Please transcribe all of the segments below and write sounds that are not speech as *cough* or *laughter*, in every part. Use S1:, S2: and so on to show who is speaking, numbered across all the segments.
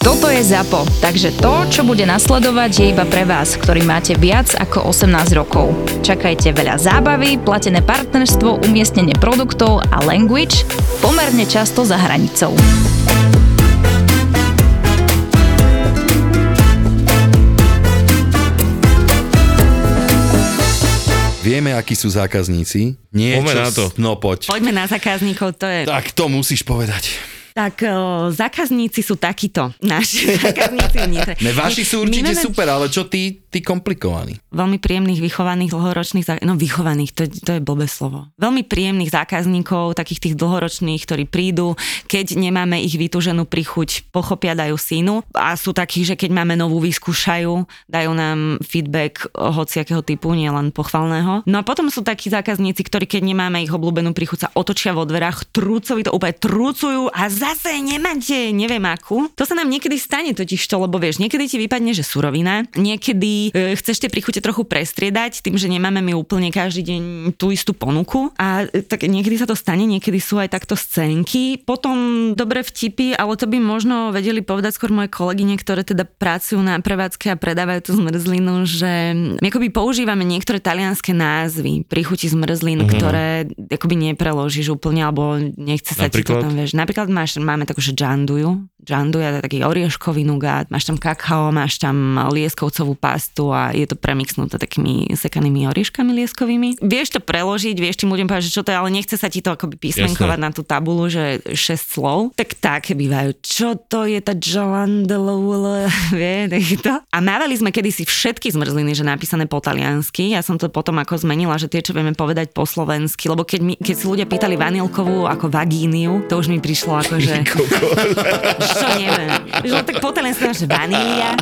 S1: Toto je ZAPO, takže to, čo bude nasledovať, je iba pre vás, ktorý máte viac ako 18 rokov. Čakajte veľa zábavy, platené partnerstvo, umiestnenie produktov a language pomerne často za hranicou.
S2: Vieme, akí sú zákazníci. Niečo...
S3: Poďme na to.
S2: s- No poď.
S4: Poďme na zákazníkov, to je...
S2: Tak to musíš povedať.
S4: Tak o, zákazníci sú takíto. Naši *laughs* zákazníci v Nitre.
S2: Ne, vaši sú určite
S4: My máme
S2: super, ale čo ty, ty komplikovaný?
S4: Veľmi príjemných, vychovaných, dlhoročných, zá- no vychovaných, to, to je blbé slovo. Veľmi príjemných zákazníkov, takých tých dlhoročných, ktorí prídu, keď nemáme ich vytúženú príchuť, pochopia, dajú synu a sú takí, že keď máme novú, vyskúšajú, dajú nám feedback hociakého typu, nielen pochvalného. No a potom sú takí zákazníci, ktorí keď nemáme ich obľúbenú príchuť, sa otočia vo dverách, trúcovi to úplne trúcujú a zase nemáte, neviem akú. To sa nám niekedy stane totiž to, lebo vieš, niekedy ti vypadne, že surovina, niekedy e, chceš tie príchute trochu prestriedať tým, že nemáme my úplne každý deň tú istú ponuku a e, tak niekedy sa to stane, niekedy sú aj takto scénky. Potom dobre vtipy, ale to by možno vedeli povedať skôr moje kolegyne, ktoré teda pracujú na prevádzke a predávajú tú zmrzlinu, že my akoby používame niektoré talianské názvy príchuti zmrzlín, mm-hmm. ktoré akoby nepreložíš úplne, alebo nechce sa ti to
S3: Napríklad?
S4: tam, vieš. Napríklad máš, máme takú, že džanduju. Džanduja to je taký orieškový nugát, máš tam kakao, máš tam lieskovcovú pastu a je to premixnuté takými sekanými orieškami lieskovými. Vieš to preložiť, vieš tým ľuďom povedať, že čo to je, ale nechce sa ti to akoby písmenkovať na tú tabulu, že 6 slov. Tak také bývajú. Čo to je tá džalandelul, *laughs* vie, nech to. A mávali sme kedysi všetky zmrzliny, že napísané po taliansky. Ja som to potom ako zmenila, že tie, čo vieme povedať po slovensky, lebo keď, mi, keď si ľudia pýtali vanilkovú ako vagíniu, to už mi prišlo
S3: *laughs*
S4: ako, že... čo neviem. Že tak po taliansky máš vanília.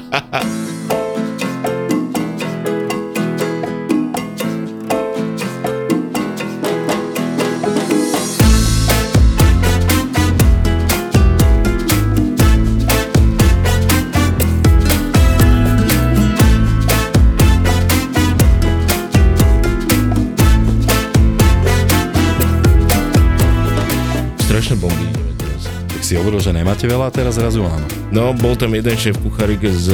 S3: Strašné bomby ideme teraz.
S2: Tak si hovoril, že nemáte veľa, teraz zrazu áno.
S3: No, bol tam jeden šéf kucharík z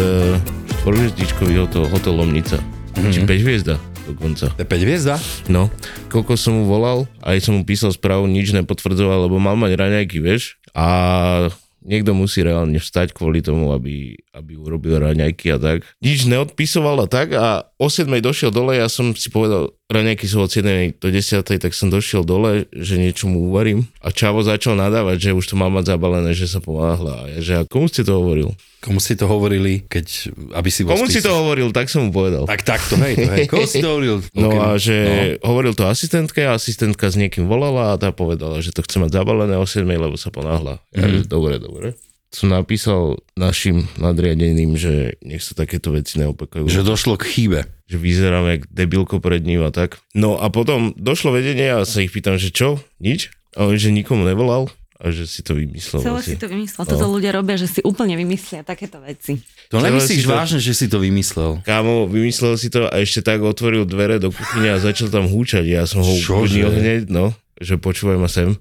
S3: štvorhviezdičkového toho hotelu Lomnica. Mm-hmm. Či 5 hviezda dokonca.
S2: To je 5 hviezda?
S3: No, koľko som mu volal, aj som mu písal správu, nič nepotvrdzoval, lebo mal mať raňajky, vieš? A niekto musí reálne vstať kvôli tomu, aby, aby urobil raňajky a tak. Nič neodpisoval a tak a o 7 došiel dole, ja som si povedal, raňajky sú od 7 do 10, tak som došiel dole, že niečo mu uvarím. A Čavo začal nadávať, že už to má mať zabalené, že sa ponáhla. A ja, že a komu ste to hovoril?
S2: Komu si to hovorili, keď, aby si bol
S3: Komu si to
S2: spísaný?
S3: hovoril, tak som mu povedal.
S2: Tak takto, hej, to, hej. Komu si to
S3: *laughs*
S2: hovoril?
S3: No
S2: Ok.
S3: okay. a že no. hovoril to asistentke a asistentka s niekým volala a tá povedala, že to chce mať zabalené o 7, lebo sa ponáhla. Ja, mm. že dobre, dobre. Som napísal našim nadriadeným, že nech sa takéto veci neopakujú.
S2: Že došlo k chýbe.
S3: že vyzerám jak debilko pred ním a tak. No a potom došlo vedenie a sa ich pýtam, že čo? Nič? A on, že nikomu nevolal a že si to No. vymyslel. vlastne.
S4: Celé
S3: asi.
S4: si to vymyslel. Toto ľudia robia, že si úplne vymyslia takéto veci.
S2: To
S3: Celé
S2: nemyslíš
S3: si to-
S2: vážne, že si to vymyslel?
S3: Kámo, vymyslel si to a ešte tak otvoril dvere do kuchyne a začal tam húčať. Ja som ho
S2: Čože?
S3: ubudil hneď, no, že počúvaj ma sem.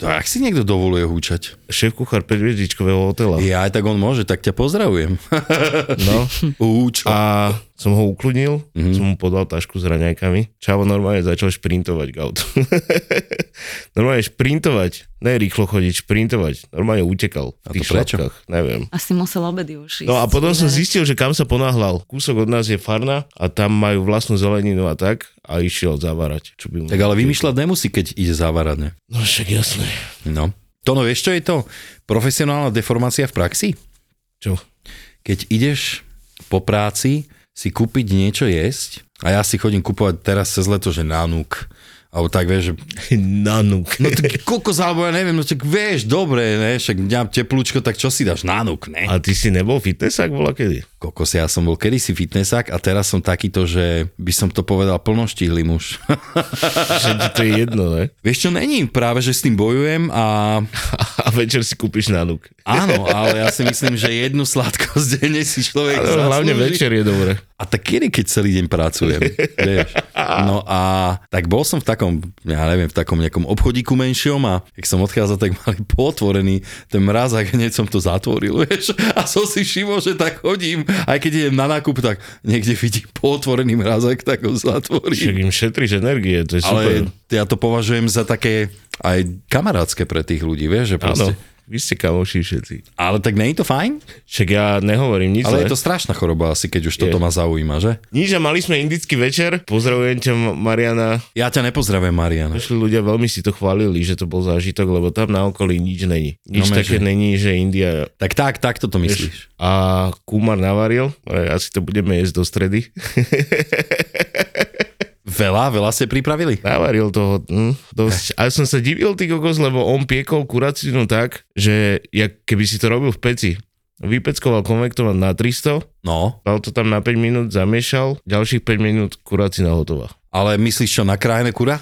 S2: To ak si niekto dovoluje húčať?
S3: Šéf kuchár 5 hotela.
S2: Ja aj tak on môže, tak ťa pozdravujem. *laughs*
S3: No.
S2: Húč.
S3: A som ho ukludnil,
S2: Mhm.
S3: mm-hmm. som mu podal tašku s raňajkami. Čavo normálne začal šprintovať k autu. *laughs* normálne šprintovať, ne rýchlo chodiť, šprintovať. Normálne utekal v
S2: to
S3: tých
S2: prečo?
S3: šlapkách, neviem.
S4: Asi musel obedy už
S3: No a
S4: ísť.
S3: potom som zistil, že kam sa ponáhľal. Kúsok od nás je farna a tam majú vlastnú zeleninu a tak a išiel zavarať. Čo by mu...
S2: Tak ale vymýšľať nemusí, keď ide závaradne.
S3: No však jasné.
S2: No. Tono, vieš, čo je to? Profesionálna deformácia v praxi? *laughs*
S3: Čo?
S2: Keď ideš po práci si kúpiť niečo jesť, a ja si chodím kupovať teraz cez leto, že nanúk, alebo tak, vieš, že
S3: Nanuk.
S2: No tak kokos, alebo ja neviem, no tak vieš, dobre, ne, však mňa teplúčko, tak čo si dáš na nuk, ne?
S3: A ty si nebol fitnessák bola kedy?
S2: Kokos, ja som bol kedysi fitnessák a teraz som takýto, že by som to povedal plnoštíhly muž. *laughs*
S3: Že ti to je jedno, ne?
S2: vieš čo, není, práve, že s tým bojujem a
S3: A večer si kúpiš nanuk.
S2: Áno, ale ja si myslím, že jednu sladkosť denne si človek
S3: Ale hlavne
S2: zaslúži.
S3: večer je dobré.
S2: A tak kedy, keď celý deň
S3: *laughs*
S2: pracujem, vieš. No a tak bol som v takom, ja neviem, v takom nejakom obchodíku menšom a keď som odchádzal, tak mali potvorený ten mraz a hneď som to zatvoril, *laughs* vieš. A som si všimol, že tak chodím, aj keď idem na nákup, tak niekde vidím potvorený mrazak, tak ho
S3: Však
S2: zatvorím.
S3: im šetríš energie, to je super.
S2: Ale ja to považujem za také aj kamarátske pre tých ľudí, vieš, že proste.
S3: Áno, vy ste kamoši všetci.
S2: Ale tak nie je to fajn?
S3: Však ja nehovorím nič
S2: Ale
S3: ale
S2: je to strašná choroba asi, keď už toto
S3: Je.
S2: ma zaujíma, že?
S3: Nič, a mali sme indický večer. Pozdravujem ťa, Mariana.
S2: Ja ťa nepozdravujem, Marian.
S3: Došli ľudia, veľmi si to chválili, že to bol zážitok, lebo tam na okolí nič není. Nič
S2: No,
S3: no,
S2: že-
S3: také není, že India
S2: Tak tak, tak toto myslíš.
S3: a Kumar navaril. E, Asi to budeme jesť do stredy.
S2: Veľa, veľa ste pripravili.
S3: Navaril toho hm, dosť. A som sa divil, ty kokos, lebo on piekol kuracinu tak, že jak keby si to robil v peci. Vypeckoval konvektovan na 300,
S2: No,
S3: dal to tam na 5 minút, zamiešal, ďalších 5 minút kuracina hotová.
S2: ale myslíš čo, na krajné kura?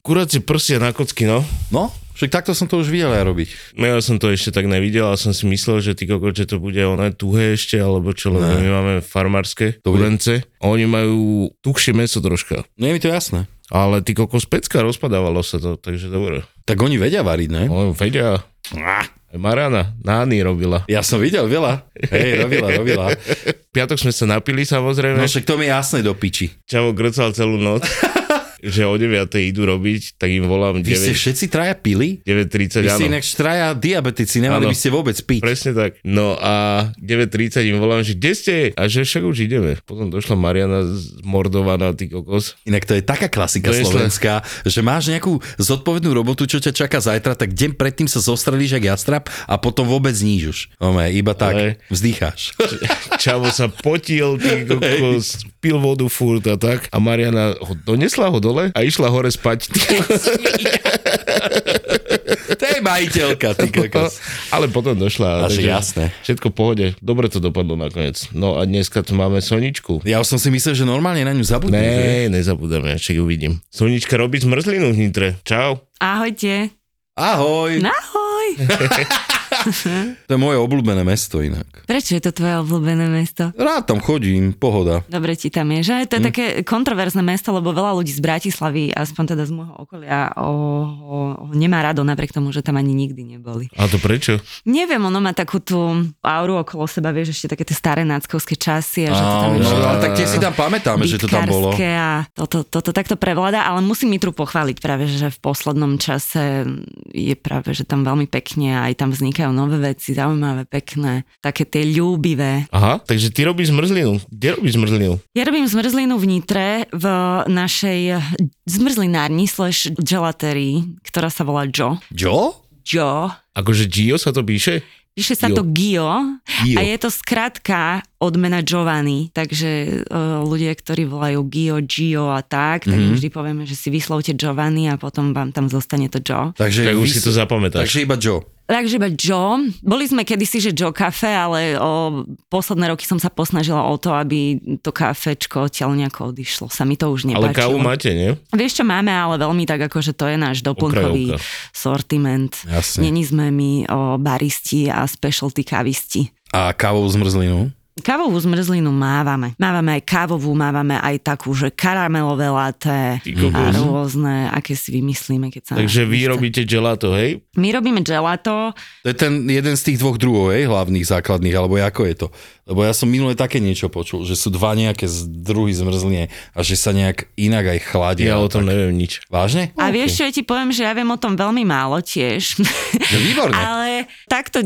S3: Kuracie prsia na kocky, no.
S2: No, však takto som to už videl aj robiť.
S3: No Ja som to ešte tak nevidel a som si myslel, že ty kokot, že to bude oné tuhé ešte, alebo čo, lebo my máme farmárske
S2: To bude-
S3: kurence. A Oni majú tuhšie meso troška.
S2: Nie No je mi to jasné.
S3: Ale ty kokos pecka, rozpadávalo sa to, takže dobre.
S2: Tak oni vedia variť, ne?
S3: No, Feďa,
S2: Ah,
S3: aj Marana, Nány robila.
S2: Ja som videl veľa. Hej, robila, robila.
S3: V piatok sme sa napili
S2: No
S3: samozrejme.
S2: však to mi je jasné do piči.
S3: Čavo grcal celú *laughs* noc, že o 9 idú robiť, tak im volám
S2: Vy ste
S3: 9,
S2: všetci traja pili?
S3: 9.30,
S2: Vy
S3: áno.
S2: ste inak traja diabetici, nemali
S3: Áno.
S2: by ste vôbec piť.
S3: Presne tak. No a 9.30 im volám, že kde ste? A že však už ideme. Potom došla Mariana zmordovaná, ty kokos.
S2: Inak to je taká klasika
S3: To je sle-
S2: slovenská, že máš nejakú zodpovednú robotu, čo ťa čaká zajtra, tak deň predtým sa zostrelíš jak jastrap a potom vôbec znížuš. Ome, iba
S3: Ale-
S2: tak vzdýcháš.
S3: Čavo sa potil, ty kokos, pil vodu furt a tak. A Mariana ho donesla ho dole a išla hore spať.
S2: *laughs*
S3: Ty
S2: *laughs* To je majiteľka, ty
S3: *laughs*
S2: kokos.
S3: Ale potom došla.
S2: Asi
S3: takže
S2: jasné.
S3: Všetko v pohode. Dobre to dopadlo nakoniec. No a dneska tu máme Soničku.
S2: Ja už som si myslel, že normálne na ňu zabudneš. že?
S3: Ne, nezabudeme, však ju vidím. Sonička robí zmrzlinu v Nitre. Čau.
S4: Ahojte.
S2: Ahoj,
S4: Ahoj.
S2: to je moje obľúbené mesto inak.
S4: Prečo je to tvoje obľúbené mesto?
S2: Rád tam chodím, pohoda.
S4: Dobre ti tam je, že?
S2: Hm.
S4: To je také kontroverzné mesto, lebo veľa ľudí z Bratislavy, aspoň teda z môjho okolia, ho, ho, ho nemá rado, napriek tomu, že tam ani nikdy neboli.
S3: A to prečo?
S4: Neviem, ono má takú tú auru okolo seba, vieš, ešte také tie staré náckovské časy a že to tam
S2: Á,
S4: je
S2: no,
S4: všetko
S2: ale tak tie si tam pamätáme, že to tam bolo.
S4: bitkárske A toto, toto takto prevláda, ale musím Nitru pochváliť práve, že v poslednom čase je práve, že tam veľmi pekne a aj tam vznikajú nové veci, zaujímavé, pekné, také tie ľúbivé.
S3: Aha, takže ty robíš zmrzlinu. Kde robíš zmrzlinu?
S4: Ja robím zmrzlinu v Nitre v našej zmrzlinárni slash gelatérii, ktorá sa volá Jo.
S2: Jo?
S4: Jo.
S3: Akože Gio sa to píše?
S4: Píše sa
S3: Gio.
S4: to Gio,
S3: Gio.
S4: a je to skratka od mena Giovanni, takže uh, ľudia, ktorí volajú Gio, Gio a tak,
S3: Mhm.
S4: tak mm-hmm. vždy povieme, že si vyslovte Giovanni a potom vám tam zostane to Jo.
S2: Takže,
S3: Tak už
S2: vy-
S3: si to zapamätáš.
S2: Takže iba Jo.
S4: Takže iba Jo. Boli sme kedysi, že Jo kafe, ale o, posledné roky som sa posnažila o to, aby to kafečko odtiaľ nejako odišlo. Sa mi to už
S3: Ale
S4: nepáčilo.
S3: kávu máte, nie?
S4: Vieš, čo máme, ale veľmi tak, akože to je náš doplnkový
S3: Okrajovka.
S4: sortiment.
S2: Jasne.
S4: Není sme my o, baristi a specialty kavisti.
S2: A kávou zmrzlinu.
S4: Kávovú zmrzlinu mávame. Mávame aj kávovú, mávame aj takú, že karamelové laté
S3: Ty
S4: a
S3: kokos. Mhm.
S4: rôzne, aké si vymyslíme, keď sa... nám
S3: Takže vy
S4: chce.
S3: robíte gelato, hej?
S4: My robíme gelato,
S2: To je ten jeden z tých dvoch druhov, hej, hlavných, základných, alebo ako je to? Lebo ja som minule také niečo počul, že sú dva nejaké z druhy zmrzliny a že sa nejak inak aj
S3: Ja,
S2: chladia.
S3: o tom neviem nič.
S2: Vážne?
S4: A vieš čo, ja ti poviem, že ja viem o tom veľmi málo tiež.
S2: No, výborné.
S4: *laughs* Ale takto,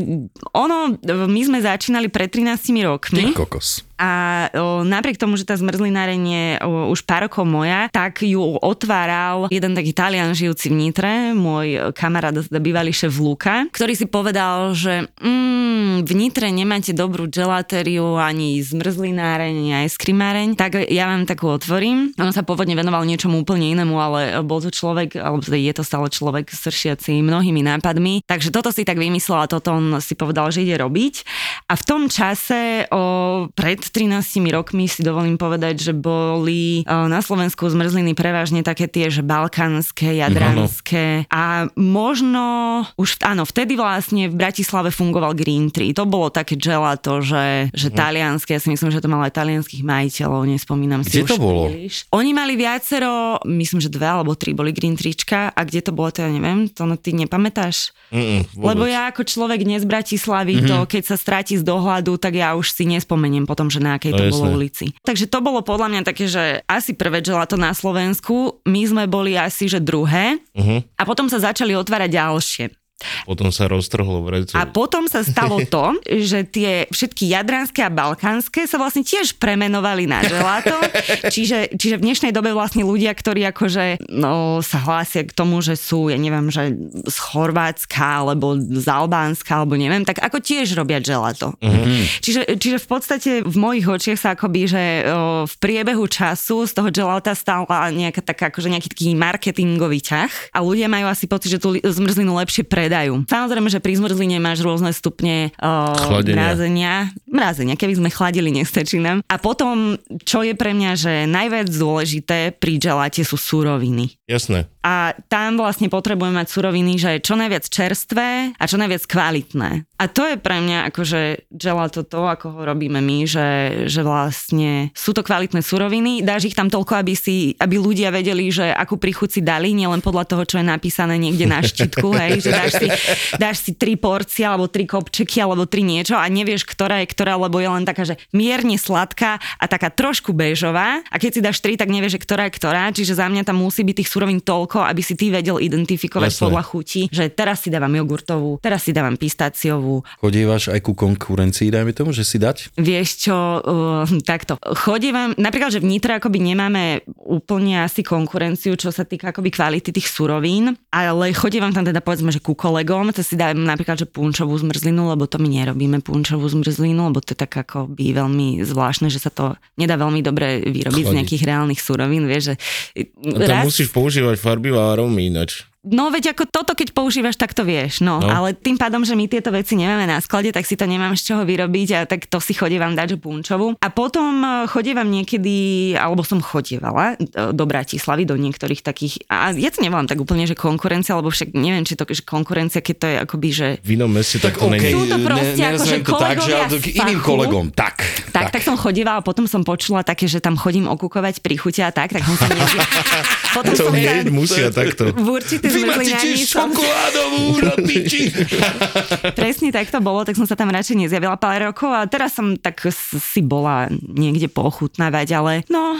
S4: ono, my sme začínali pred 13 rokmi
S2: Kokos.
S4: a o, napriek tomu, že tá zmrzlináreň je o, už pár rokov moja, tak ju otváral jeden taký Talian žijúci v Nitre, môj kamarát, teda bývalý šéf Luka, ktorý si povedal, že mm, mm, v Nitre nemáte dobrú gelatériu, ani zmrzlináreň, ani ice creamáreň, tak ja vám takú otvorím.
S2: Mm-hmm.
S4: On sa pôvodne venoval niečomu úplne inému, ale bol to človek, alebo teda je to stále človek sršiaci mnohými nápadmi. Takže toto si tak vymyslel a toto on si povedal, že ide robiť. A v tom čase o, pred 13 rokmi si dovolím povedať, že boli o, na Slovensku zmrzliny prevažne také tie, že
S2: Mhm.
S4: balkánske, jadranské. A možno už, áno, vtedy vlastne v Bratislave fungoval Green Tree. To bolo také gelato, že, že
S2: Mhm.
S4: talianské, ja si myslím, že to malo aj talianských majiteľov, nespomínam
S2: Kde
S4: si
S2: to
S4: už
S2: bolo?
S4: príliš. Oni mali viacero, myslím, že dve alebo tri boli Green Trička a kde to bolo, to ja neviem, to no, ty nepamätáš?
S3: Mm, mm,
S4: Lebo ja ako človek dnes z Bratislavy, mm-hmm. to
S3: Mhm.
S4: keď sa stráti z dohľadu, tak ja už si nespomeniem potom, že na akej
S3: No,
S4: to
S3: jasné.
S4: bolo ulici. Takže to bolo podľa mňa také, že asi prvé gelato na Slovensku, my sme boli asi, že druhé
S3: uh-huh.
S4: a potom sa začali otvárať ďalšie.
S3: Potom sa roztrhlo v recu.
S4: A potom sa stalo to, že tie všetky jadranské a balkánske sa vlastne tiež premenovali na želato. čiže, čiže v dnešnej dobe vlastne ľudia, ktorí akože no, sa hlásia k tomu, že sú, ja neviem, že z Chorvátska alebo z Albánska alebo neviem, tak ako tiež robia želato. Čiže, čiže v podstate v mojich očiach sa akoby, že o, v priebehu času z toho gelata stala nejaká taká, akože nejaký taký marketingový ťah a ľudia majú asi pocit, že tú li- zmrzlinu lepšie predajú. Samozrejme, že pri zmrzline máš rôzne stupne o,
S3: Chladenia.
S4: mrazenia. Mrazenia, keby sme chladili, nestačí nám. A potom, čo je pre mňa, že najviac dôležité pri gelate sú suroviny
S3: Jasné.
S4: a tam vlastne potrebujem mať suroviny, že čo najviac čerstvé a čo najviac kvalitné. A to je pre mňa akože gelato to, ako ho robíme my, že, že vlastne sú to kvalitné suroviny, dáš ich tam toľko, aby, si, aby ľudia vedeli, že akú príchuť si dali, nielen podľa toho, čo je napísané niekde na štítku, hej, že dáš si, dáš si tri porcie, alebo tri kopčeky, alebo tri niečo a nevieš, ktorá je ktorá, lebo je len taká, že mierne sladká a taká trošku bežová a keď si dáš tri, tak nevieš, že ktorá je ktorá, čiže za mňa tam musí byť tých surovín toľko, aby si ty vedel identifikovať
S3: Jasné.
S4: podľa chuti, že teraz si dávam jogurtovú, teraz si dávam pistáciovú.
S2: Chodívaš aj ku konkurencii, dajme tomu, že si dať?
S4: Vieš čo, uh, takto. Chodím, napríklad, že v Nitre akoby nemáme úplne asi konkurenciu, čo sa týka akoby kvality tých surovín, ale chodím vám tam teda povedzme, že ku kolegom, to si dám napríklad, že punčovú zmrzlinu, lebo to my nerobíme punčovú zmrzlinu, lebo to je tak akoby veľmi zvláštne, že sa to nedá veľmi dobre vyrobiť z
S3: Chladí.
S4: nejakých reálnych surovín, vieš, že
S3: A tam musíš používať farbivé arómy ináč.
S4: No veď ako toto, keď používaš, tak to vieš. No,
S3: No.
S4: no, ale tým pádom, že my tieto veci nemáme na sklade, tak si to nemám z čoho vyrobiť a tak to si chodievam dať že punčovú. A potom eh, chodievam niekedy, alebo som chodievala eh, do Bratislavy, do niektorých takých, a ja to nevolám tak úplne, že konkurencia, lebo však neviem, či to že konkurencia, keď to je akoby, že
S3: V inom meste tak, to není.
S4: Sú to proste
S2: nerozumiem
S4: akože kolegovia
S2: ale
S4: z
S2: k iným
S4: fachu.
S2: kolegom, tak.
S4: tak, tak, tak som chodievala, potom som počula také, že tam chodím okúkovať príchute a tak, tak som sa niekde... potom
S3: To
S4: som sa
S3: hneď musia takto.
S4: v určitej
S2: Vy máte tiež
S4: zmrzlinári som
S2: čokoládovú
S4: *laughs*
S2: na piči.
S4: presne tak to bolo, tak som sa tam radšej nezjavila pár rokov a teraz som tak s- si bola niekde pochutnávať, ale no,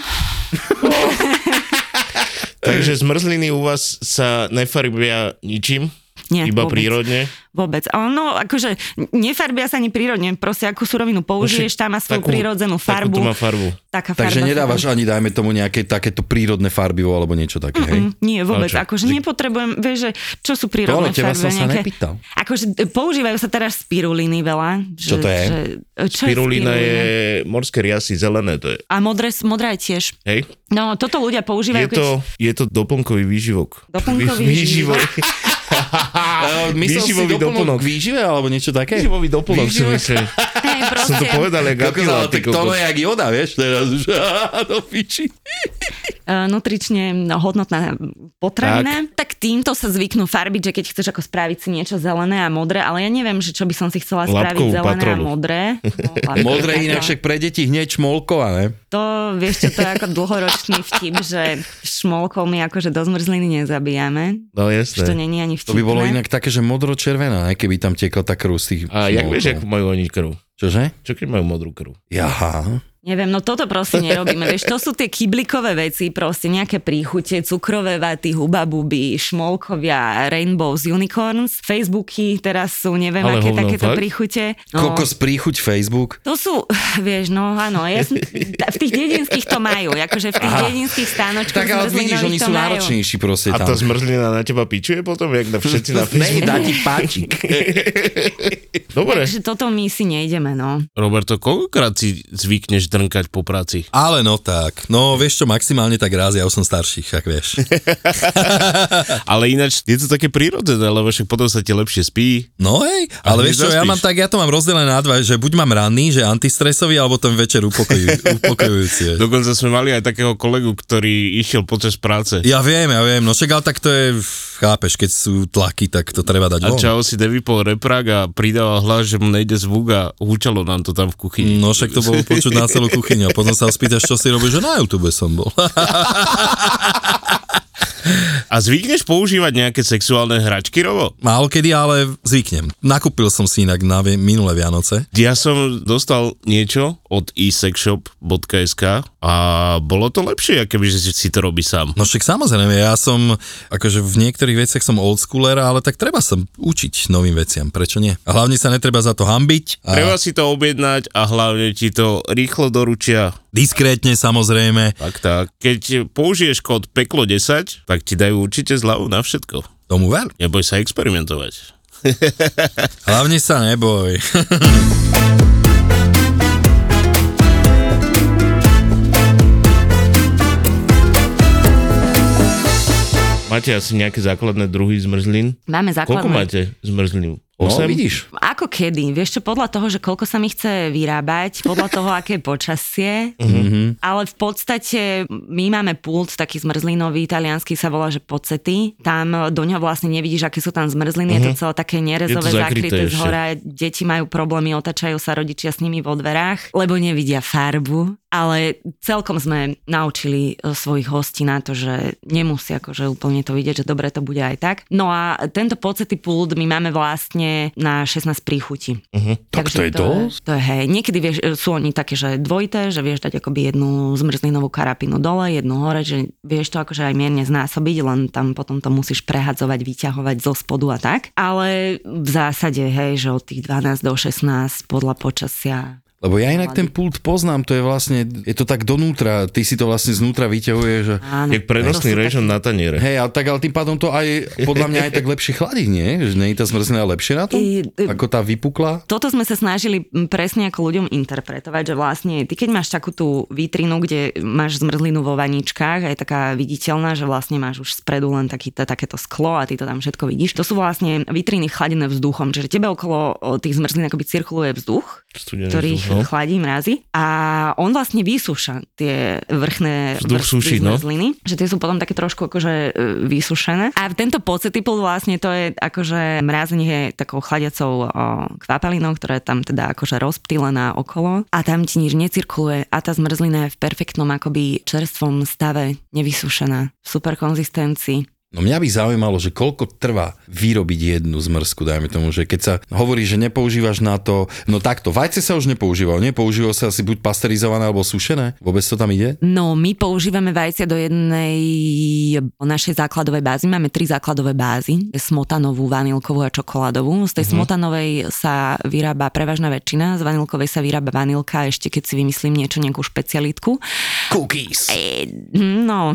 S3: Takže zmrzliny u vás sa nefarbia ničím,
S4: nie.
S3: iba
S4: vôbec.
S3: prírodne.
S4: Vôbec. A No, akože nefarbia sa ani prírodne, proste akú surovinu použiješ,
S3: Však
S4: tá má svoju
S3: takú-
S4: prírodzenú
S3: Takú to má
S4: farbu.
S3: farbu.
S4: Taká
S2: Takže
S4: farba
S2: nedávaš ani, dajme tomu, nejaké takéto prírodné farbivo alebo niečo také, hej?
S4: Mm, Nie, vôbec.
S3: Ale čo?
S4: Akože nepotrebujem, vieš, že čo
S2: To
S4: sú
S2: ale
S4: prírodné
S2: teba
S4: farby.
S2: som sa
S4: nejaké...
S2: nepýtal.
S4: Akože e, používajú sa teraz spiruliny veľa. Že,
S2: Čo to je?
S4: Že, e, čo
S3: Pirulina
S4: je,
S3: je
S4: spirulina?
S3: morské riasy, zelené to je.
S4: A modré, modrá je tiež.
S3: Hej?
S4: No, toto ľudia
S3: Je
S4: používajú, keď
S3: to, je to doplnkový výživok.
S4: Doplnkový
S3: Vy- výživok. *laughs*
S2: A myslel si
S3: Výživový doplnok.
S2: doplnok k výžive alebo niečo také?
S3: Výživový doplnok si myslím.
S4: Hej,
S3: Som to
S4: proste,
S3: povedal, jak
S2: Kokos, ale
S3: Gabila, ty
S2: tak to
S3: kokos.
S2: je jak Joda, vieš, teraz už, *laughs* do piči.
S4: e, nutrične no, hodnotná potravina, tak. tak týmto sa zvyknú farbiť, že keď chceš ako spraviť si niečo zelené a modré, ale ja neviem, že čo by som si chcela spraviť
S3: Labkovú
S4: zelené
S3: patrolu.
S4: a *laughs* modré. No, labkovú
S2: Modré
S4: patrolu.
S2: inak však pre deti hneď šmolko, a ne?
S4: To, vieš čo, to je ako dlhoročný vtip, že šmolkou my akože do zmrzliny nezabíjame.
S3: No
S4: Už to
S3: jasné.
S4: není ani vtipné.
S2: To by bolo inak také, že modro-červená, ne? keby tam tiekla tá krv z tých
S3: A jak
S2: šmolkov.
S3: vieš, akú majú oni krv?
S2: Čože?
S3: Čo keď majú modrú krv?
S2: Jaha.
S4: Neviem, no toto proste nerobíme.
S2: *laughs*
S4: Vieš, to sú tie kyblikové veci, proste nejaké príchute, cukrové vaty, hubabuby, šmolkovia, rainbows, unicorns, Facebooky, teraz sú neviem,
S3: Ale
S4: aké
S3: hovno,
S4: takéto
S3: fakt?
S4: príchute. No.
S2: Kokos príchuť Facebook.
S4: To sú, *laughs* vieš, no áno, ja
S2: *laughs*
S4: som, ta- v tých dedinských to majú, akože v tých Aha. dedinských stánočkoch
S2: Tak ale
S4: zmrzlinových
S2: vidíš, oni
S4: to
S2: sú
S4: majú.
S2: náročnejší proste
S3: A
S2: tam.
S3: tá zmrzlina na teba pičuje potom, jak na *laughs* všetci na
S2: Ne,
S3: Facebooku?
S2: dá ti
S3: *laughs*
S2: páčik.
S3: Dobre.
S4: Takže toto my si nejdeme, no.
S5: Roberto, koľkokrát si zvykneš drnkať po práci?
S2: Ale no tak. No vieš čo, maximálne tak raz, ja už som starší, však *laughs* vieš.
S5: Ale ináč je to také prírodzené, lebo však potom sa ti lepšie spí.
S2: No hej,
S5: A
S2: ale
S5: hneď
S2: vieš čo, ja
S5: zaspíš.
S2: mám tak, ja to mám rozdelené na dva, že buď mám ranný, že antistresový, alebo ten večer *laughs* upokojuj, upokojujúci.
S5: Dokonca sme mali aj takého kolegu, ktorý išiel počas práce.
S2: Ja viem, ja viem, no však ale tak to je, chápeš, keď sú tlaky, tak to treba dať
S5: A
S2: von.
S5: čau si Devipol reprák a pridával hlas, že mu nejde zvuk a húčalo nám to tam v kuchyni.
S2: No však to bolo počuť na celú kuchyňu. A Potom sa ho spýtaš, čo si robíš, že na YouTube som bol. *laughs*
S5: A zvykneš používať nejaké sexuálne hračky, Robo?
S2: Málo kedy, ale zvyknem. Nakúpil som si inak na vi- minulé Vianoce.
S5: Ja som dostal niečo od esexshop.sk a bolo to lepšie, ako keby že si- si to robí sám.
S2: No však samozrejme, ja som, akože v niektorých veciach som oldschooler, ale tak treba sa učiť novým veciam, prečo nie? A hlavne sa netreba za to hambiť. A...
S5: Treba si to objednať a hlavne ti to rýchlo doručia.
S2: Diskrétne samozrejme,
S5: Tak, tak. Keď použiješ kód PEKLO10, tak ti dajú určite zľavu na všetko.
S2: tomu ver.
S5: Neboj sa experimentovať.
S2: Hlavne sa neboj.
S3: Máte asi nejaké základné druhy zmrzlín?
S4: Máme
S3: Koľko
S4: základné
S3: máte zmrzlín?
S5: No,
S3: 8?
S2: vidíš.
S4: Ako kedy? Vieš čo, podľa toho, že koľko sa mi chce vyrábať, podľa toho, aké je počasie,
S2: *laughs*
S4: ale v podstate my máme pult taký zmrzlinový, italianský sa volá, že pocety. Tam do ňoho vlastne nevidíš, aké sú tam zmrzliny, je to celé také nerezové,
S3: Mhm. Je to zakryté
S4: zakryté z
S3: ešte.
S4: hora, deti majú problémy, otačajú sa rodičia s nimi vo dverách, lebo nevidia farbu, ale celkom sme naučili e, svojich hostí na to, že nemusí akože úplne to vidieť, že dobre to bude aj tak. No a tento pocity pult my máme vlastne na 16 príchutí. Uh-huh.
S2: Tak to je dosť.
S4: To je hej. Niekedy vieš, e, sú oni také, že dvojité, že vieš dať akoby jednu zmrzlinovú karapinu dole, jednu hore, že vieš to akože aj mierne znásobiť, len tam potom to musíš prehadzovať, vyťahovať zo spodu a tak. Ale v zásade, hej, že od tých 12 do 16 podľa počasia
S2: *laughs* Lebo ja inak ten pult poznám, to je vlastne, je to tak donútra, ty si to vlastne znútra vyťahuješ. že-
S4: Áno.
S3: Jak prenosný
S4: To sú
S3: režim na taniere.
S2: Hej, ale tak ale tým pádom to aj, podľa mňa aj tak lepšie chladí, nie? Že nie je tá zmrzlina lepšie na to?
S4: I- i-
S2: Ako tá vypukla?
S4: toto sme sa snažili mm, presne ako ľuďom interpretovať, že vlastne ty keď máš takú tú vitrinu, kde máš zmrzlinu vo vaničkách a je taká viditeľná, že vlastne máš už spredu len taký, tá, takéto sklo a ty to tam všetko vidíš. To sú vlastne vitriny chladené vzduchom, čiže tebe okolo o, tých zmrzlín akoby cirkuluje vzduch,
S3: Studený
S4: ktorý
S3: vzduch, no.
S4: ich chladí, mrazi a on vlastne vysúša tie vrchné
S3: Vzduch
S4: vrstvy
S3: suší, no.
S4: zmrzliny, že tie sú potom také trošku akože e, vysušené. A tento pocitipl vlastne to je akože mrazenie takou chladiacou o, kvapalinou, ktorá je tam teda akože rozptýlená okolo a tam ti nič necirkuluje a tá zmrzlina je v perfektnom akoby čerstvom stave, nevysušená, v super konzistencii.
S2: No mňa by zaujímalo, že koľko trvá vyrobiť jednu zmrzku, dajme tomu, že keď sa hovorí, že nepoužívaš na to, no takto, vajce sa už nepoužívalo, nepoužívalo sa asi buď pasterizované alebo sušené, vôbec to tam ide?
S4: No, my používame vajcia do jednej našej základovej bázy. Máme tri základové bázy. Smotanovú, vanilkovú a čokoládovú.
S3: Mhm.
S4: Z tej mm-hmm. smotanovej sa vyrába prevažná väčšina, z vanilkovej sa vyrába vanilka, ešte keď si vymyslím niečo, nejakú špecialitku.
S2: Cookies!
S4: E, No.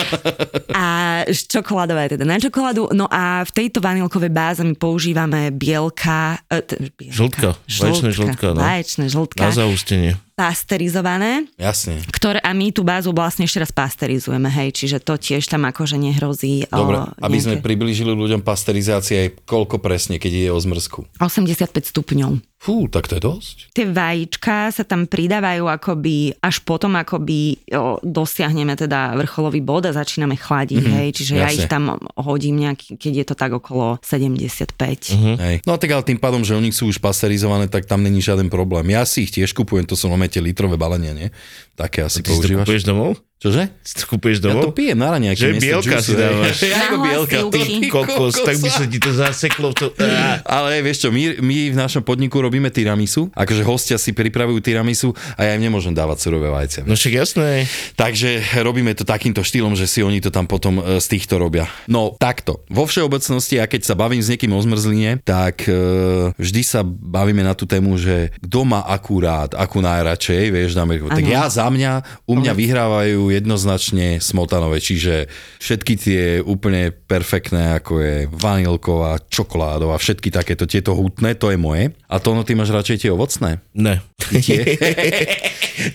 S3: *laughs*
S4: a š- čokoládová je teda na čokoládu. No a v tejto vanilkovej báze my používame bielka... e, t- bielka.
S3: Žltka, vaječné žltka, no.
S4: Vaječné žltka.
S3: Na zaústenie.
S4: Pasterizované
S2: Jasne.
S4: ktoré, a my tú bázu vlastne ešte raz pasterizujeme, hej, čiže to tiež tam akože nehrozí.
S2: Dobre,
S4: o,
S2: aby sme
S4: nejaké
S2: priblížili ľuďom pasteurizácia aj koľko presne, keď ide o zmrzku.
S4: 85 stupňov.
S2: Fú, tak to je dosť.
S4: Tie vajíčka sa tam pridávajú akoby až potom, akoby o, dosiahneme teda vrcholový bod a začíname chladiť, mm-hmm, hej, čiže
S2: Mhm,
S4: ja
S2: jasne.
S4: ich tam hodím nejaký, keď je to tak okolo 75. Mm-hmm.
S3: Mhm.
S2: Hm. Hej. No tak ale tým pádom, že oni sú už pasterizované, tak tam není žiaden problém. Ja si ich tiež kupujem, to sú nome tie litrové balenia, nie? Také asi
S3: Ty si to
S2: používaš.
S3: kupuješ domov?
S2: Čože?
S3: Si to kúpiš
S2: Ja to
S3: domov?
S2: pijem na raňajky.
S3: Že
S2: miesto
S3: bielka
S2: džusu,
S3: si
S2: hej.
S3: dávaš.
S2: Ja ako
S4: Nahlas
S2: bielka.
S4: juky.
S2: Ty
S3: Ty kokos, tak by sa ti to zaseklo. v To... Á.
S2: Ale vieš čo, my, my v našom podniku robíme tiramisu, akože hostia si pripravujú tiramisu a ja im nemôžem dávať surové vajce.
S3: No však jasné.
S2: Takže robíme to takýmto štýlom, že si oni to tam potom e, z týchto robia. No takto, vo všeobecnosti, ja keď sa bavím s niekým o zmrzline, tak e, vždy sa bavíme na tú tému, že kto má akú rád, akú najradšej, vieš, dáme, tak ja za mňa, u mňa vyhrávajú jednoznačne smotanové, čiže všetky tie úplne perfektné, ako je vanilková, čokoládová, všetky takéto, tieto hutné, to je moje. A to no, ty máš radšej tie ovocné?
S3: Ne.
S2: Tie,
S3: *laughs*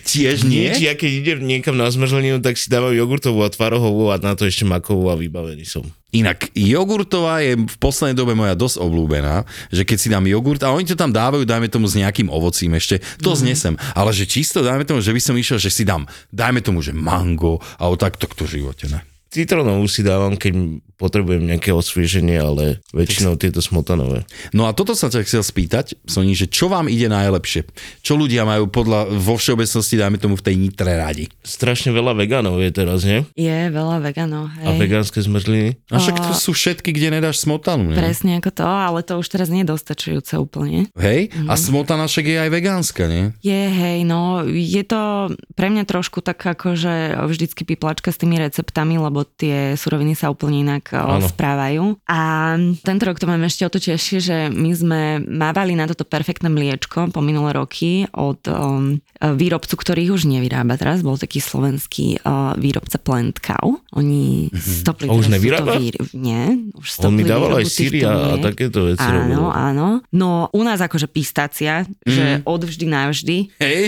S2: tiež nie?
S3: Nič, ja keď idem niekam na zmrzleninu, tak si dávam jogurtovú a tvarohovú a na to ešte makovú a vybavený som.
S2: Inak jogurtová je v poslednej dobe moja dosť obľúbená, že keď si dám jogurt a oni to tam dávajú, dajme tomu s nejakým ovocím ešte, to mm. znesem. Ale že čisto, dajme tomu, že by som išiel, že si dám, dajme tomu, že mango a o tak to v živote, ne?
S3: Citronovú si dávam, keď potrebujem nejaké osvieženie, ale väčšinou tieto smotanové.
S2: No a toto sa ťa chcel spýtať, Soni, že čo vám ide najlepšie? Čo ľudia majú podľa, vo všeobecnosti, dajme tomu, v tej nitre radi?
S3: Strašne veľa vegánov je teraz, nie?
S4: Je veľa veganov, hej.
S3: A vegánske zmrzliny.
S2: A však to sú všetky, kde nedáš smotanu, ne?
S4: Presne ako to, ale to už teraz nie je dostačujúce úplne.
S2: Hej? Mm. A smotana však je aj vegánska, nie?
S4: Je, hej, no, je to pre mňa trošku tak ako, že vždycky piplačka s tými receptami, lebo tie suroviny sa úplne inak e,
S3: Áno.
S4: správajú. A tento rok to máme ešte o to ťažšie, že my sme mávali na toto perfektné mliečko po minulé roky od um, výrobcu, ktorý už nevyrába teraz, bol taký slovenský uh, výrobca Plant Cow. Oni mm-hmm.
S3: Mhm.
S4: stopli
S3: A už
S4: teraz túto
S3: nevyrába?
S4: výr- Nie,
S3: On mi
S4: už stopli
S3: dával aj
S4: výrobu týchto
S3: síria a
S4: mliek.
S3: takéto veci
S4: Áno,
S3: robil.
S4: áno. No u nás akože pistácia, mm. že odvždy navždy,
S2: Hej?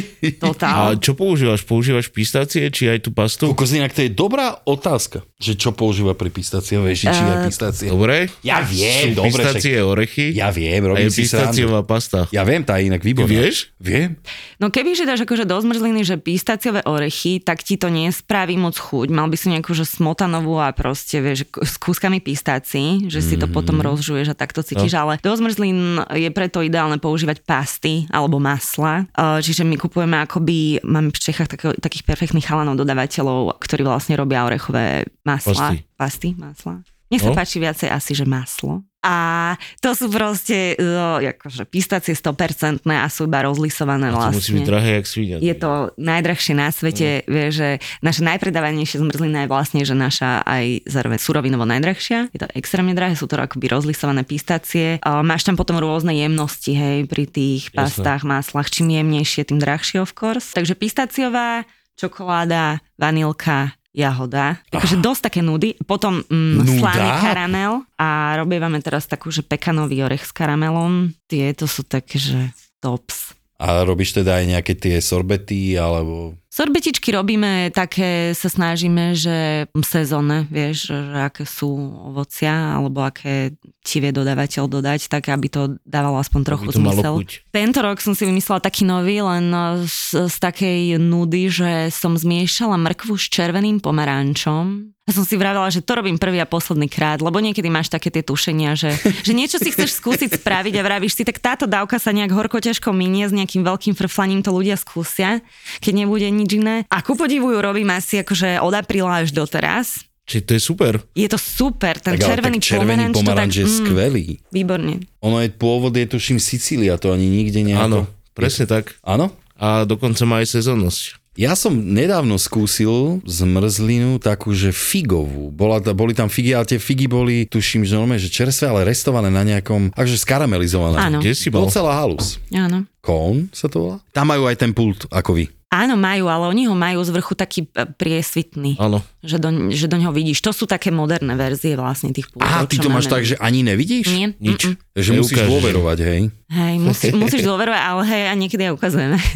S3: A
S4: totál.
S3: čo používaš? Používaš pistácie, či aj tú pastu?
S2: Kokos, inak to je dobrá otázka, že čo používa pri pistáciovej žiči uh, a pistácie.
S3: Dobre?
S2: Ja viem,
S3: Sú
S2: dobre,
S3: Pistácie, orechy.
S2: Ja viem,
S3: A
S2: robím
S3: je
S2: si srandu.
S3: pistáciová pasta.
S2: Ja viem, tá je inak výborná.
S3: Vieš?
S2: Viem.
S4: No keby že dáš akože do zmrzliny, že pistáciové orechy, tak ti to nespraví moc chuť. Mal by si nejakú že smotanovú a proste vieš, k- s kúskami pistácií, že si
S3: Mhm.
S4: to potom rozžuješ a takto cítiš. No. Ale do zmrzlín je preto ideálne používať pasty alebo masla. E, Čiže my kupujeme akoby, máme v Čechách takého, takých perfektných chalanov dodávateľov, ktorí vlastne robia orechové masla.
S3: Pasty.
S4: pasty, masla. Nech sa
S3: No.
S4: no. páči viacej asi, že maslo. A to sú proste no, akože pistácie 100% a sú iba rozlisované
S3: To musí byť
S4: vlastne.
S3: drahé, jak svinia.
S4: Je to najdrahšie na svete, mm. vie, že naša najpredávanejšia zmrzlina je vlastne, že naša aj zároveň surovinovo najdrahšia. Je to extrémne drahé, sú to akoby rozlisované pistácie. A máš tam potom rôzne jemnosti, hej, pri tých pastách, maslách. Čím jemnejšie, tým drahšie, of course. Takže pistáciová, čokoláda, vanilka, jahoda. Takže dosť také nudy. Potom
S2: Nuda?
S4: mm, slaný karamel a robievame teraz takú, že pekanový orech s karamelom. Tieto sú také, že tops.
S2: A robíš teda aj nejaké tie sorbety, alebo...
S4: Sorbetičky robíme také, sa snažíme, že sezónne, vieš, že aké sú ovocia, alebo aké ti vie dodávateľ dodať, tak aby to dávalo aspoň trochu
S3: to malo
S4: zmysel.
S3: chuť.
S4: Tento rok som si vymyslela taký nový, len eh, z, z takej nudy, že som zmiešala mrkvu s červeným pomarančom. A som si vravela, že to robím prvý a posledný krát, lebo niekedy máš také tie tušenia, že, že niečo si chceš skúsiť spraviť a vravíš si, tak táto dávka sa nejak horko ťažko minie s nejakým veľkým frflaním, to ľudia skúsia, keď nebude nič iné. A ku podivu ju robím asi akože od apríla až doteraz.
S3: Čiže to je super.
S4: Je to super, ten
S2: Tak, ale
S4: červený,
S2: tak červený
S4: pomaranč, to tak,
S2: pomaranč je
S4: mm,
S2: skvelý.
S4: výborne.
S2: Ono je pôvod, je tuším Sicília, to ani nikde nejako...
S3: Áno, presne tak.
S2: Áno?
S3: A dokonca má aj sezónnosť.
S2: Ja som nedávno skúsil zmrzlinu takú, že figovú. Bola, ta- boli tam figy, ale tie figy boli, tuším, že normálne, že čerstvé, ale restované na nejakom, takže skaramelizované.
S4: Áno.
S3: Kde si bol?
S2: Docela halus.
S4: Áno.
S2: Kón sa to volá? Tam majú aj ten pult, ako vy.
S4: Áno, majú, ale oni ho majú z vrchu taký e,
S2: No.
S4: priesvitný,
S3: Áno.
S4: že do, že do neho vidíš. To sú také moderné verzie vlastne tých pultov.
S2: Aha, ty to
S4: čo
S2: máš
S4: máme.
S2: tak, že ani nevidíš?
S4: Nie,
S3: Nič.
S4: mm-mm.
S2: Že musíš
S3: Neukážeš.
S2: dôverovať, hej?
S4: Hej, musí, musíš dôverovať, ale hej, a niekedy aj ukazujeme.
S2: *laughs*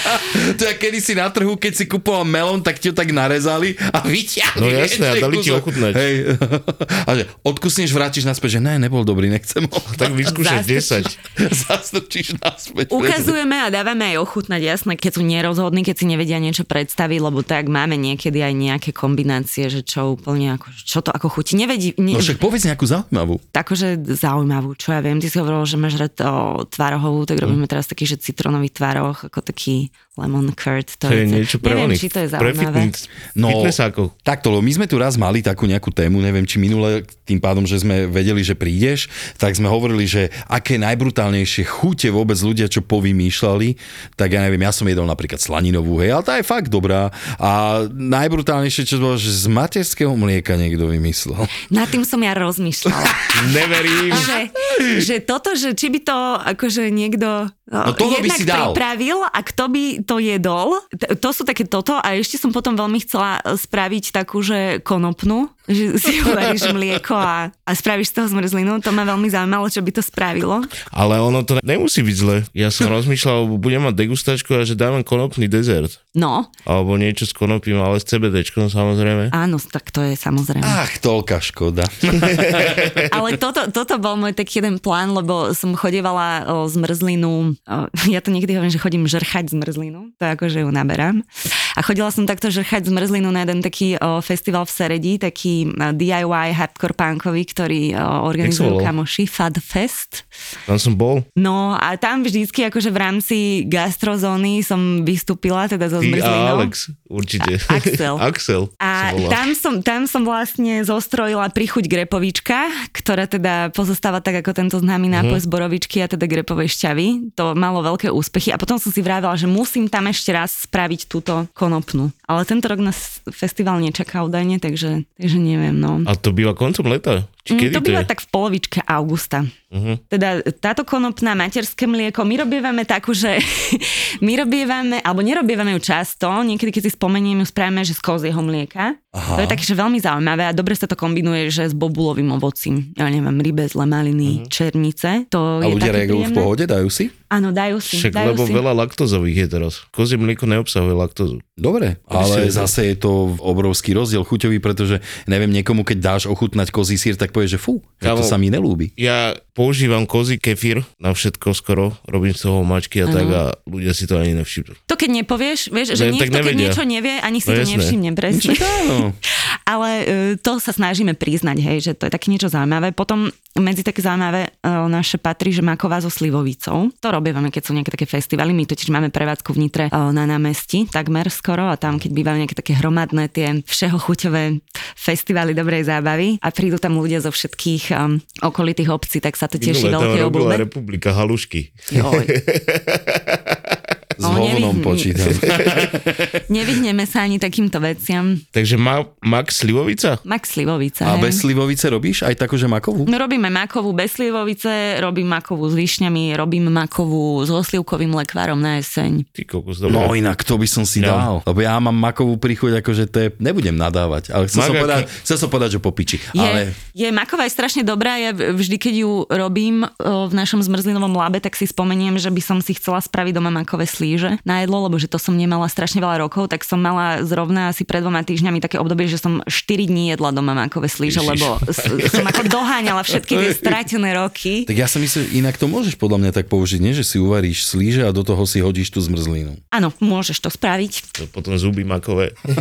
S4: *laughs*
S2: To je kedy si na trhu, keď si kupoval melón, tak ti ho tak narezali a vyťahli.
S3: No jasné, a dali ti ochutnať.
S2: Hej. *laughs* A že odkusneš, vrátiš naspäť, že ne, nebol dobrý, nechcem ho.
S3: Tak vyskúšať
S4: Zástupca.
S2: *laughs*
S3: 10.
S2: Zastrčíš naspäť.
S4: Ukazujeme a dávame aj chutnať, jasné, keď sú nerozhodní, keď si nevedia niečo predstaviť, lebo tak máme niekedy aj nejaké kombinácie, že čo úplne ako, čo to ako chutí. Nevedí, ne,
S2: No však povedz nejakú zaujímavú.
S4: takože zaujímavú, čo ja viem, ty si hovoril, že máš rád o, tvárohovú,
S2: Mm.
S4: tak robíme teraz taký, že citronový tvároh, ako taký lemon curd.
S3: To je niečo pre
S4: Neviem,
S3: oných,
S4: či to je
S3: pre
S4: zaujímavé.
S3: fitness,
S2: No,
S3: fitnessákov.
S2: takto, lebo my sme tu raz mali takú nejakú tému, neviem či minule, tým pádom, že sme vedeli, že prídeš, tak sme hovorili, že aké najbrutálnejšie chute vôbec ľudia, čo povymýšľali, tak ja neviem, ja som jedol napríklad slaninovú, hej, ale tá je fakt dobrá. A najbrutálnejšie, čo bolo, že z materského mlieka niekto vymyslel.
S4: Nad tým som ja rozmýšľala.
S3: Neverím.
S4: že, že toto, že či by to akože niekto no,
S2: toho by
S4: jednak
S2: si dal.
S4: pripravil a kto by to jedol. T- to sú také toto a ešte som potom veľmi chcela e, spraviť takú, že konopnú, že si uvaríš mlieko a, a spravíš z toho zmrzlinu. To ma veľmi zaujímalo, čo by to spravilo.
S3: Ale ono to nemusí byť zle. Ja
S4: *laughs*
S3: som rozmýšľal, budem mať degustačku a že dávam konopný dezert.
S4: No,
S3: Alebo niečo s konopím, ale s CBDčkom samozrejme.
S4: áno, tak to je samozrejme.
S2: Ach, toľka škoda.
S4: No, Ale toto, toto bol môj taký jeden plán, lebo som chodevala o, zmrzlinu, o, ja to niekedy hovorím, že chodím žrchať zmrzlinu, to je ako, že ju naberám. A chodila som takto žrchať zmrzlinu na jeden taký o, festival v Seredi, taký e, o, DIY hardcore punkový, ktorý o, organizujú
S3: volal?
S4: kamoši, Fad Fest.
S3: Tam som bol.
S4: No a tam vždycky akože v rámci gastrozóny som vystúpila teda so
S3: Ty a
S4: zmrzlinou.
S3: Alex, určite.
S4: A- Axel.
S3: *laughs* Axel. sa
S4: A
S3: volá.
S4: tam som, tam som vlastne zostrojila prichuť grepovička, ktorá teda pozostáva tak ako tento známy nápoj z borovičky a teda grepovej šťavy. To malo veľké úspechy a potom som si vravela, že musím tam ešte raz spraviť túto konopnú. Ale tento rok nás festival nečaká údajne, takže, takže neviem. No.
S3: A to býva koncom leta? Či
S4: Mm,
S3: kedy
S4: to
S3: to,
S4: býva
S3: je? Mhm.
S4: tak v polovičke augusta. Uh-huh. Teda táto konopná materské mlieko, my robievame takú, že *laughs* my robievame, alebo nerobievame ju často, niekedy keď si spomeniem, ju spravíme, že z kozieho mlieka. Aha. To je také, že veľmi zaujímavé a dobre sa to kombinuje, že s bobulovým ovocím. Ja neviem, rybezle,
S3: Mhm.
S4: maliny, uh-huh. černice. To
S2: A
S4: je
S2: ľudia
S4: také
S2: reagujú v
S4: príjemné.
S2: pohode, dajú si?
S4: Áno, dajú si.
S3: Však
S4: dajú
S3: lebo
S4: si.
S3: veľa laktozových je teraz. Kozie mlieko neobsahuje laktózu.
S2: Dobre, ale zase je to obrovský rozdiel chuťový, pretože neviem, niekomu, keď dáš ochutnať kozí sír, tak povie, že fú, že to
S3: Kámo.
S2: sa mi nelúbi.
S3: Ja používam kozí kefír na všetko skoro, robím z toho mačky a tak a ľudia si to ani nevšimnú.
S4: To keď nepovieš, vieš, že
S3: Len tak
S4: niekto keď
S3: nevedia.
S4: niečo nevie, ani si
S3: No
S4: to
S3: jasné.
S4: nevšimne,
S3: *laughs*
S4: presne.
S2: Áno.
S4: Ale e, to sa snažíme priznať, hej, že to je také niečo zaujímavé. Potom medzi také zaujímavé e, naše patrí, že maková so slivovicou. To robívame, keď sú nejaké také festivaly. My totiž máme prevádzku v Nitre e, na námestí takmer skoro a tam, keď bývajú nejaké také hromadné tie všehochuťové festivaly dobrej zábavy a prídu tam ľudia zo všetkých um, okolitých obcí, tak sa to teší
S3: Minule tam
S4: veľkej
S3: robila
S4: obľúbe.
S3: republika halušky.
S4: Joj.
S2: S
S4: No,
S2: hovnom
S4: nevyhnú-
S2: počítam.
S4: *laughs* Nevyhneme sa ani takýmto veciam.
S3: Takže má Max Slivovica?
S4: Max Slivovica.
S2: A
S4: hej.
S2: bez slivovice robíš aj takú, že makovú?
S4: No, Robíme makovú bez slivovice, robím makovú s višňami, robím makovú s oslivkovým lekvárom na jeseň.
S3: Ty kokos,
S2: No
S3: dobre.
S2: inak to by som si
S3: No.
S2: dal. Lebo ja mám makovú príchuť, akože to je, nebudem nadávať, ale chcel, som
S3: Magaky.
S2: povedať, chcel som povedať, že popiči.
S4: Je,
S2: Ale
S4: je maková je strašne dobrá, ja vždy, keď ju robím o, v našom zmrzlinovom lábe, tak si spomeniem, že by som si chcela spraviť doma makové slíže na jedlo, lebo že to som nemala strašne veľa rokov, tak som mala zrovna asi pred dvoma týždňami také obdobie, že som 4 dní jedla doma makové slíže,
S3: Ježiš.
S4: lebo s, som ako doháňala všetky
S2: *laughs*
S4: tie stratené roky.
S2: tak ja si myslím, že inak to môžeš podľa mňa tak použiť, nie? že si uvaríš slíže a do toho si hodíš tú zmrzlinu.
S4: Áno, môžeš to spraviť.
S3: To Potom zuby makové.
S2: No.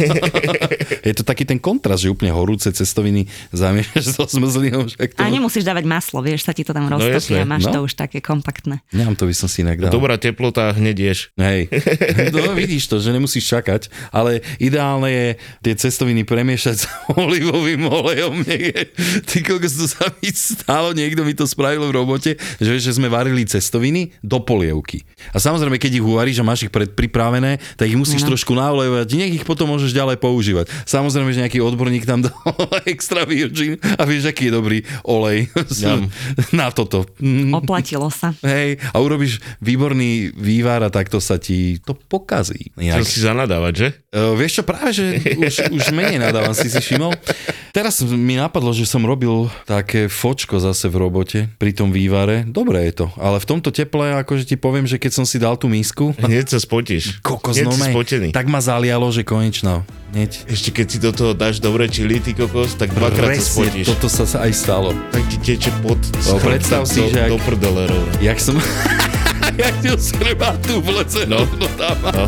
S2: Je to taký ten kontrast, že úplne horúce cestoviny zamiešaš *laughs* so zmrzlinou. Však to...
S4: A nemusíš dávať maslo, vieš, sa ti to tam roztopí
S3: jasné,
S4: a máš
S2: no.
S4: to už také kompaktné.
S2: Mňam to by som si inak dal.
S3: Dobrá teplota, hneď ješ.
S2: Hej, no, vidíš to, že nemusíš čakať, ale ideálne je tie cestoviny premiešať s *laughs* olivovým olejom. niekde. Ty kokos, to sa mi stalo, niekto mi to spravil v robote, že, vieš, že sme varili cestoviny do polievky. A samozrejme, keď ich uvaríš a máš ich predpripravené, tak ich musíš no. trošku naolejovať, nech ich potom môžeš ďalej používať. Samozrejme, že nejaký odborník tam *laughs* dal extra virgin a vieš, aký je dobrý olej na toto.
S3: *laughs*
S2: Mm.
S4: Oplatilo sa.
S2: Hej, a urobíš výborný vývar a takto sa ti to pokazí.
S3: To
S2: Inak.
S3: si zanadávať, že?
S2: Uh, vieš čo, práve že už, už menej nadávam, si si všimol. Teraz mi napadlo, že som robil také fočko zase v robote pri tom vývare. Dobré je to, ale v tomto teple, akože ti poviem, že keď som si dal tú misku,
S3: Hneď sa spotíš.
S2: kokos
S3: Hneď si
S2: nome,
S3: spotený.
S2: tak ma zalialo, že konečno. Hneď.
S3: Ešte keď si do toho dáš dobre čili, ty kokos, tak dvakrát sa
S2: Presne,
S3: spotíš. To...
S2: toto sa sa aj stalo.
S3: Tak ti teče pod
S2: No, predstav si,
S3: do,
S2: že ak-
S3: do prdele rovno.
S2: Jak som... *laughs* jak ti z chrbátu vlece no. rovno tam. No.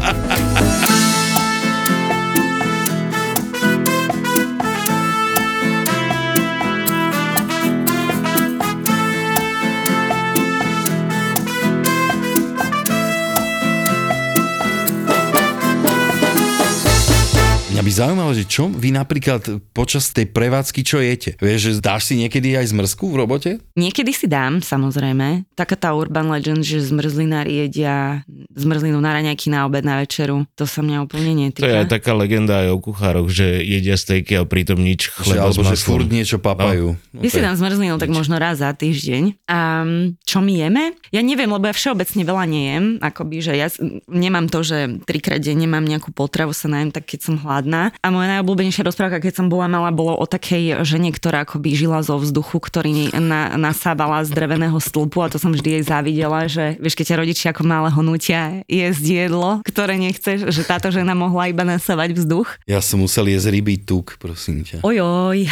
S2: Mňa by zaujímalo, že čo vy napríklad počas tej prevádzky čo jete? Vieš, že dáš si niekedy aj zmrzku v robote?
S4: Niekedy si dám, samozrejme. Taká tá urban legend, že zmrzlinári jedia zmrzlinu na raňajky na obed, na večeru. To sa mňa
S3: No,
S4: úplne
S3: To je
S4: netýka.
S3: aj taká legenda aj o kuchároch, že jedia stejky a pritom nič
S2: Že,
S3: chleba s
S2: alebo že furt
S3: maslom.
S2: niečo papajú. No.
S4: Ja
S2: to
S4: si
S2: je-
S4: dám zmrzlinu, tak možno raz za týždeň. A mm, čo my jeme? Ja neviem, lebo ja všeobecne veľa nejem. Akoby, že ja s- nemám to, že trikrát deň nemám nejakú potravu, sa najem tak, keď som hladná. A moja najobľúbenejšia rozprávka, keď som bola malá, bolo o takej žene, ktorá akoby žila zo vzduchu, ktorý na, nasávala z dreveného stĺpu a to som vždy jej závidela, že vieš, keď ťa rodičia ako malého nutia jesť jedlo, ktoré nechceš, že táto žena mohla iba nasávať vzduch.
S2: Ja som musel jesť rybí tuk, prosím ťa.
S4: Ojoj,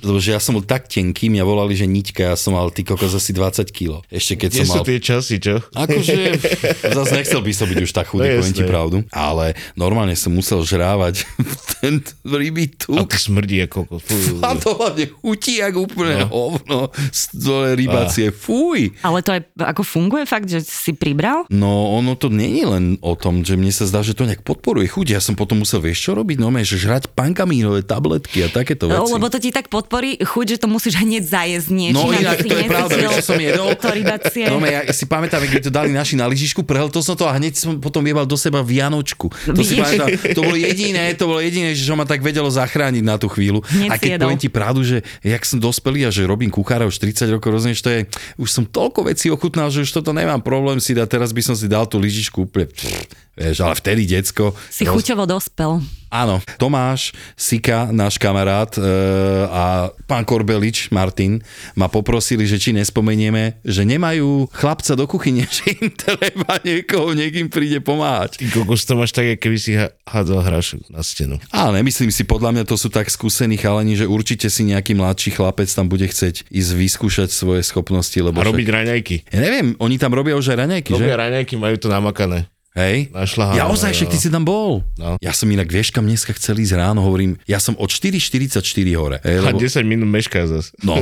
S2: Lebo že ja som bol tak tenký, mňa volali, že niťka, ja som mal ty kokos asi 20 kg. Ešte keď
S3: Kde
S2: som
S3: sú
S2: mal...
S3: tie časy, čo?
S2: Akože, zase nechcel by som byť už tak chudý,
S3: No
S2: poviem ti
S3: jasné.
S2: pravdu. Ale normálne som musel žrávať *laughs* ten rybí
S3: A
S2: tuk.
S3: to smrdí ako kokos. Fuj.
S2: A to hlavne chutí jak úplne no. hovno z tole rybacie. Fuj!
S4: ale to aj ako funguje fakt, že si pribral?
S2: No ono to není len o tom, že mne sa zdá, že to nejak podporuje chuť. Ja som potom musel vieš čo robiť, no že žrať pankamínové tabletky a takéto
S4: No,
S2: veci.
S4: lebo to ti tak podporí chuť, že to musíš hneď zajesť niečo.
S2: No inak to je pravda, vieš, čo som jedol?
S4: To rybacie.
S2: No, ja si pamätám, keď to dali naši na lyžičku, prehel to som to a hneď som potom jebal do seba v Janočku. To si
S4: Vidíš?
S2: pamätám, to bolo jediné, to bolo jediné, že ma tak vedelo zachrániť na tú chvíľu.
S4: Hneď
S2: a
S4: si
S2: keď
S4: jedol.
S2: poviem ti pravdu, že jak som dospelý a že robím kuchára už 30 rokov, rozumieš, to je, už som toľko vecí ochutnal, že už toto nemám problém si dať, teraz by som si dal tú lyžičku úplne, pff, vieš, ale vtedy decko.
S4: Si chuťovo dospel.
S2: Áno, Tomáš Sika, náš kamarát e, a pán Korbelič, Martin, ma poprosili, že či nespomenieme, že nemajú chlapca do kuchyne, *laughs* že im treba niekoho, niekým príde pomáhať.
S3: Ty kokos to máš tak, ako keby si ha- hádzal hrášok na stenu.
S2: Ale nemyslím si, podľa mňa to sú tak skúsení chalani, že určite si nejaký mladší chlapec tam bude chcieť ísť vyskúšať svoje schopnosti, lebo
S3: A robiť raňajky.
S2: však... Ja neviem, oni tam robia už aj raňajky, že?
S3: Robia raňajky, majú to namakané.
S2: Hej?
S3: Našla
S2: Ja
S3: ho,
S2: ozaj,
S3: no,
S2: však
S3: no.
S2: ty si tam bol.
S3: No.
S2: Ja som inak, vieš kam dneska chcel ísť ráno, hovorím, ja som od 4.44 hore. Hej,
S3: A 10 minút mešká zase.
S2: No,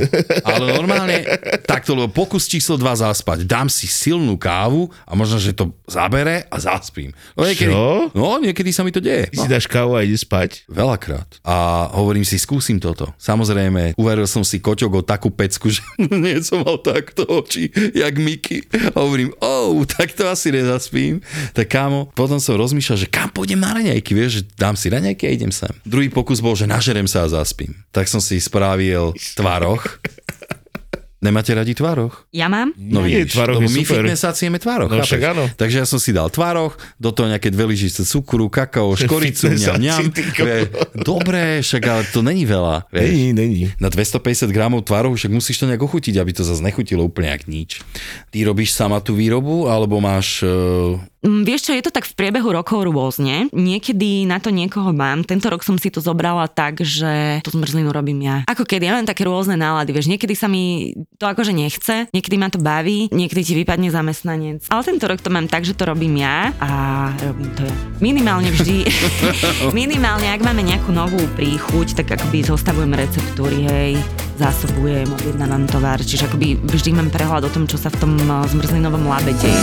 S2: ale normálne takto, lebo pokus číslo 2 zaspať. Dám si silnú kávu a možno, že to zabere a zaspím. No, niekedy,
S3: Čo?
S2: no, niekedy sa mi to deje.
S3: Ty
S2: No.
S3: si dáš kávu a ide spať.
S2: Veľakrát. A hovorím si, skúsim toto. Samozrejme, uveril som si koťok o takú pecku, že *laughs* nie som mal takto oči, jak Miky. A hovorím, oh, tak to asi nezaspím. Tak kámo, potom som rozmýšľal, že kam pôjdem na raňajky, vieš, že dám si raňajky a idem sem. Druhý pokus bol, že nažerem sa a zaspím. Tak som si spravil tvaroch. Nemáte radi tvaroch?
S4: Ja mám?
S2: No
S3: Nie,
S2: vidíš,
S3: tvaroh
S2: lebo
S3: je
S2: my
S3: super.
S2: fitnessacieme tvaroch.
S3: No
S2: chápeš?
S3: však áno.
S2: Takže ja som si dal tvaroch, do toho nejaké dve lyžice cukru, kakao, škoricu, ňam,
S3: fitnessaci,
S2: ňam.
S3: ty kokos.
S2: Vie, Dobre, však ale to není veľa. vieš.
S3: Není, není.
S2: Na 250 gramov tvarov však musíš to nejak ochutiť, aby to zase nechutilo úplne jak nič. Ty robíš sama tú výrobu, alebo máš... Uh,
S4: Mm, Vieš čo, je to tak v priebehu rokov rôzne. Niekedy na to niekoho mám. Tento rok som si to zobrala tak, že tú zmrzlinu robím ja. Ako kedy, ja mám také rôzne nálady, vieš, niekedy sa mi to akože nechce, niekedy ma to baví, niekedy ti vypadne zamestnanec. Ale tento rok to mám tak, že to robím ja a robím to ja. Minimálne vždy, minimálne ak máme nejakú novú príchuť, tak akoby zostavujem receptúry, hej zásobujem, objednávam tovar, čiže akoby vždy mám prehľad o tom, čo sa v tom eh, zmrzlinovom lábe deje.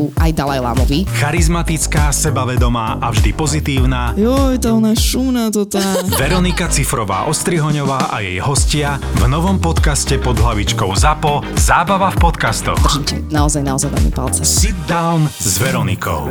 S6: aj Dalaj Lámovi.
S7: Charizmatická, sebavedomá a vždy pozitívna
S8: Joj, tá ona je šumná to tá.
S7: Veronika Cifrová Ostrihoňová a jej hostia v novom podcaste pod hlavičkou ZAPO Zábava v podcastoch.
S6: Naozaj, naozaj veľmi palce.
S7: Sit down s Veronikou.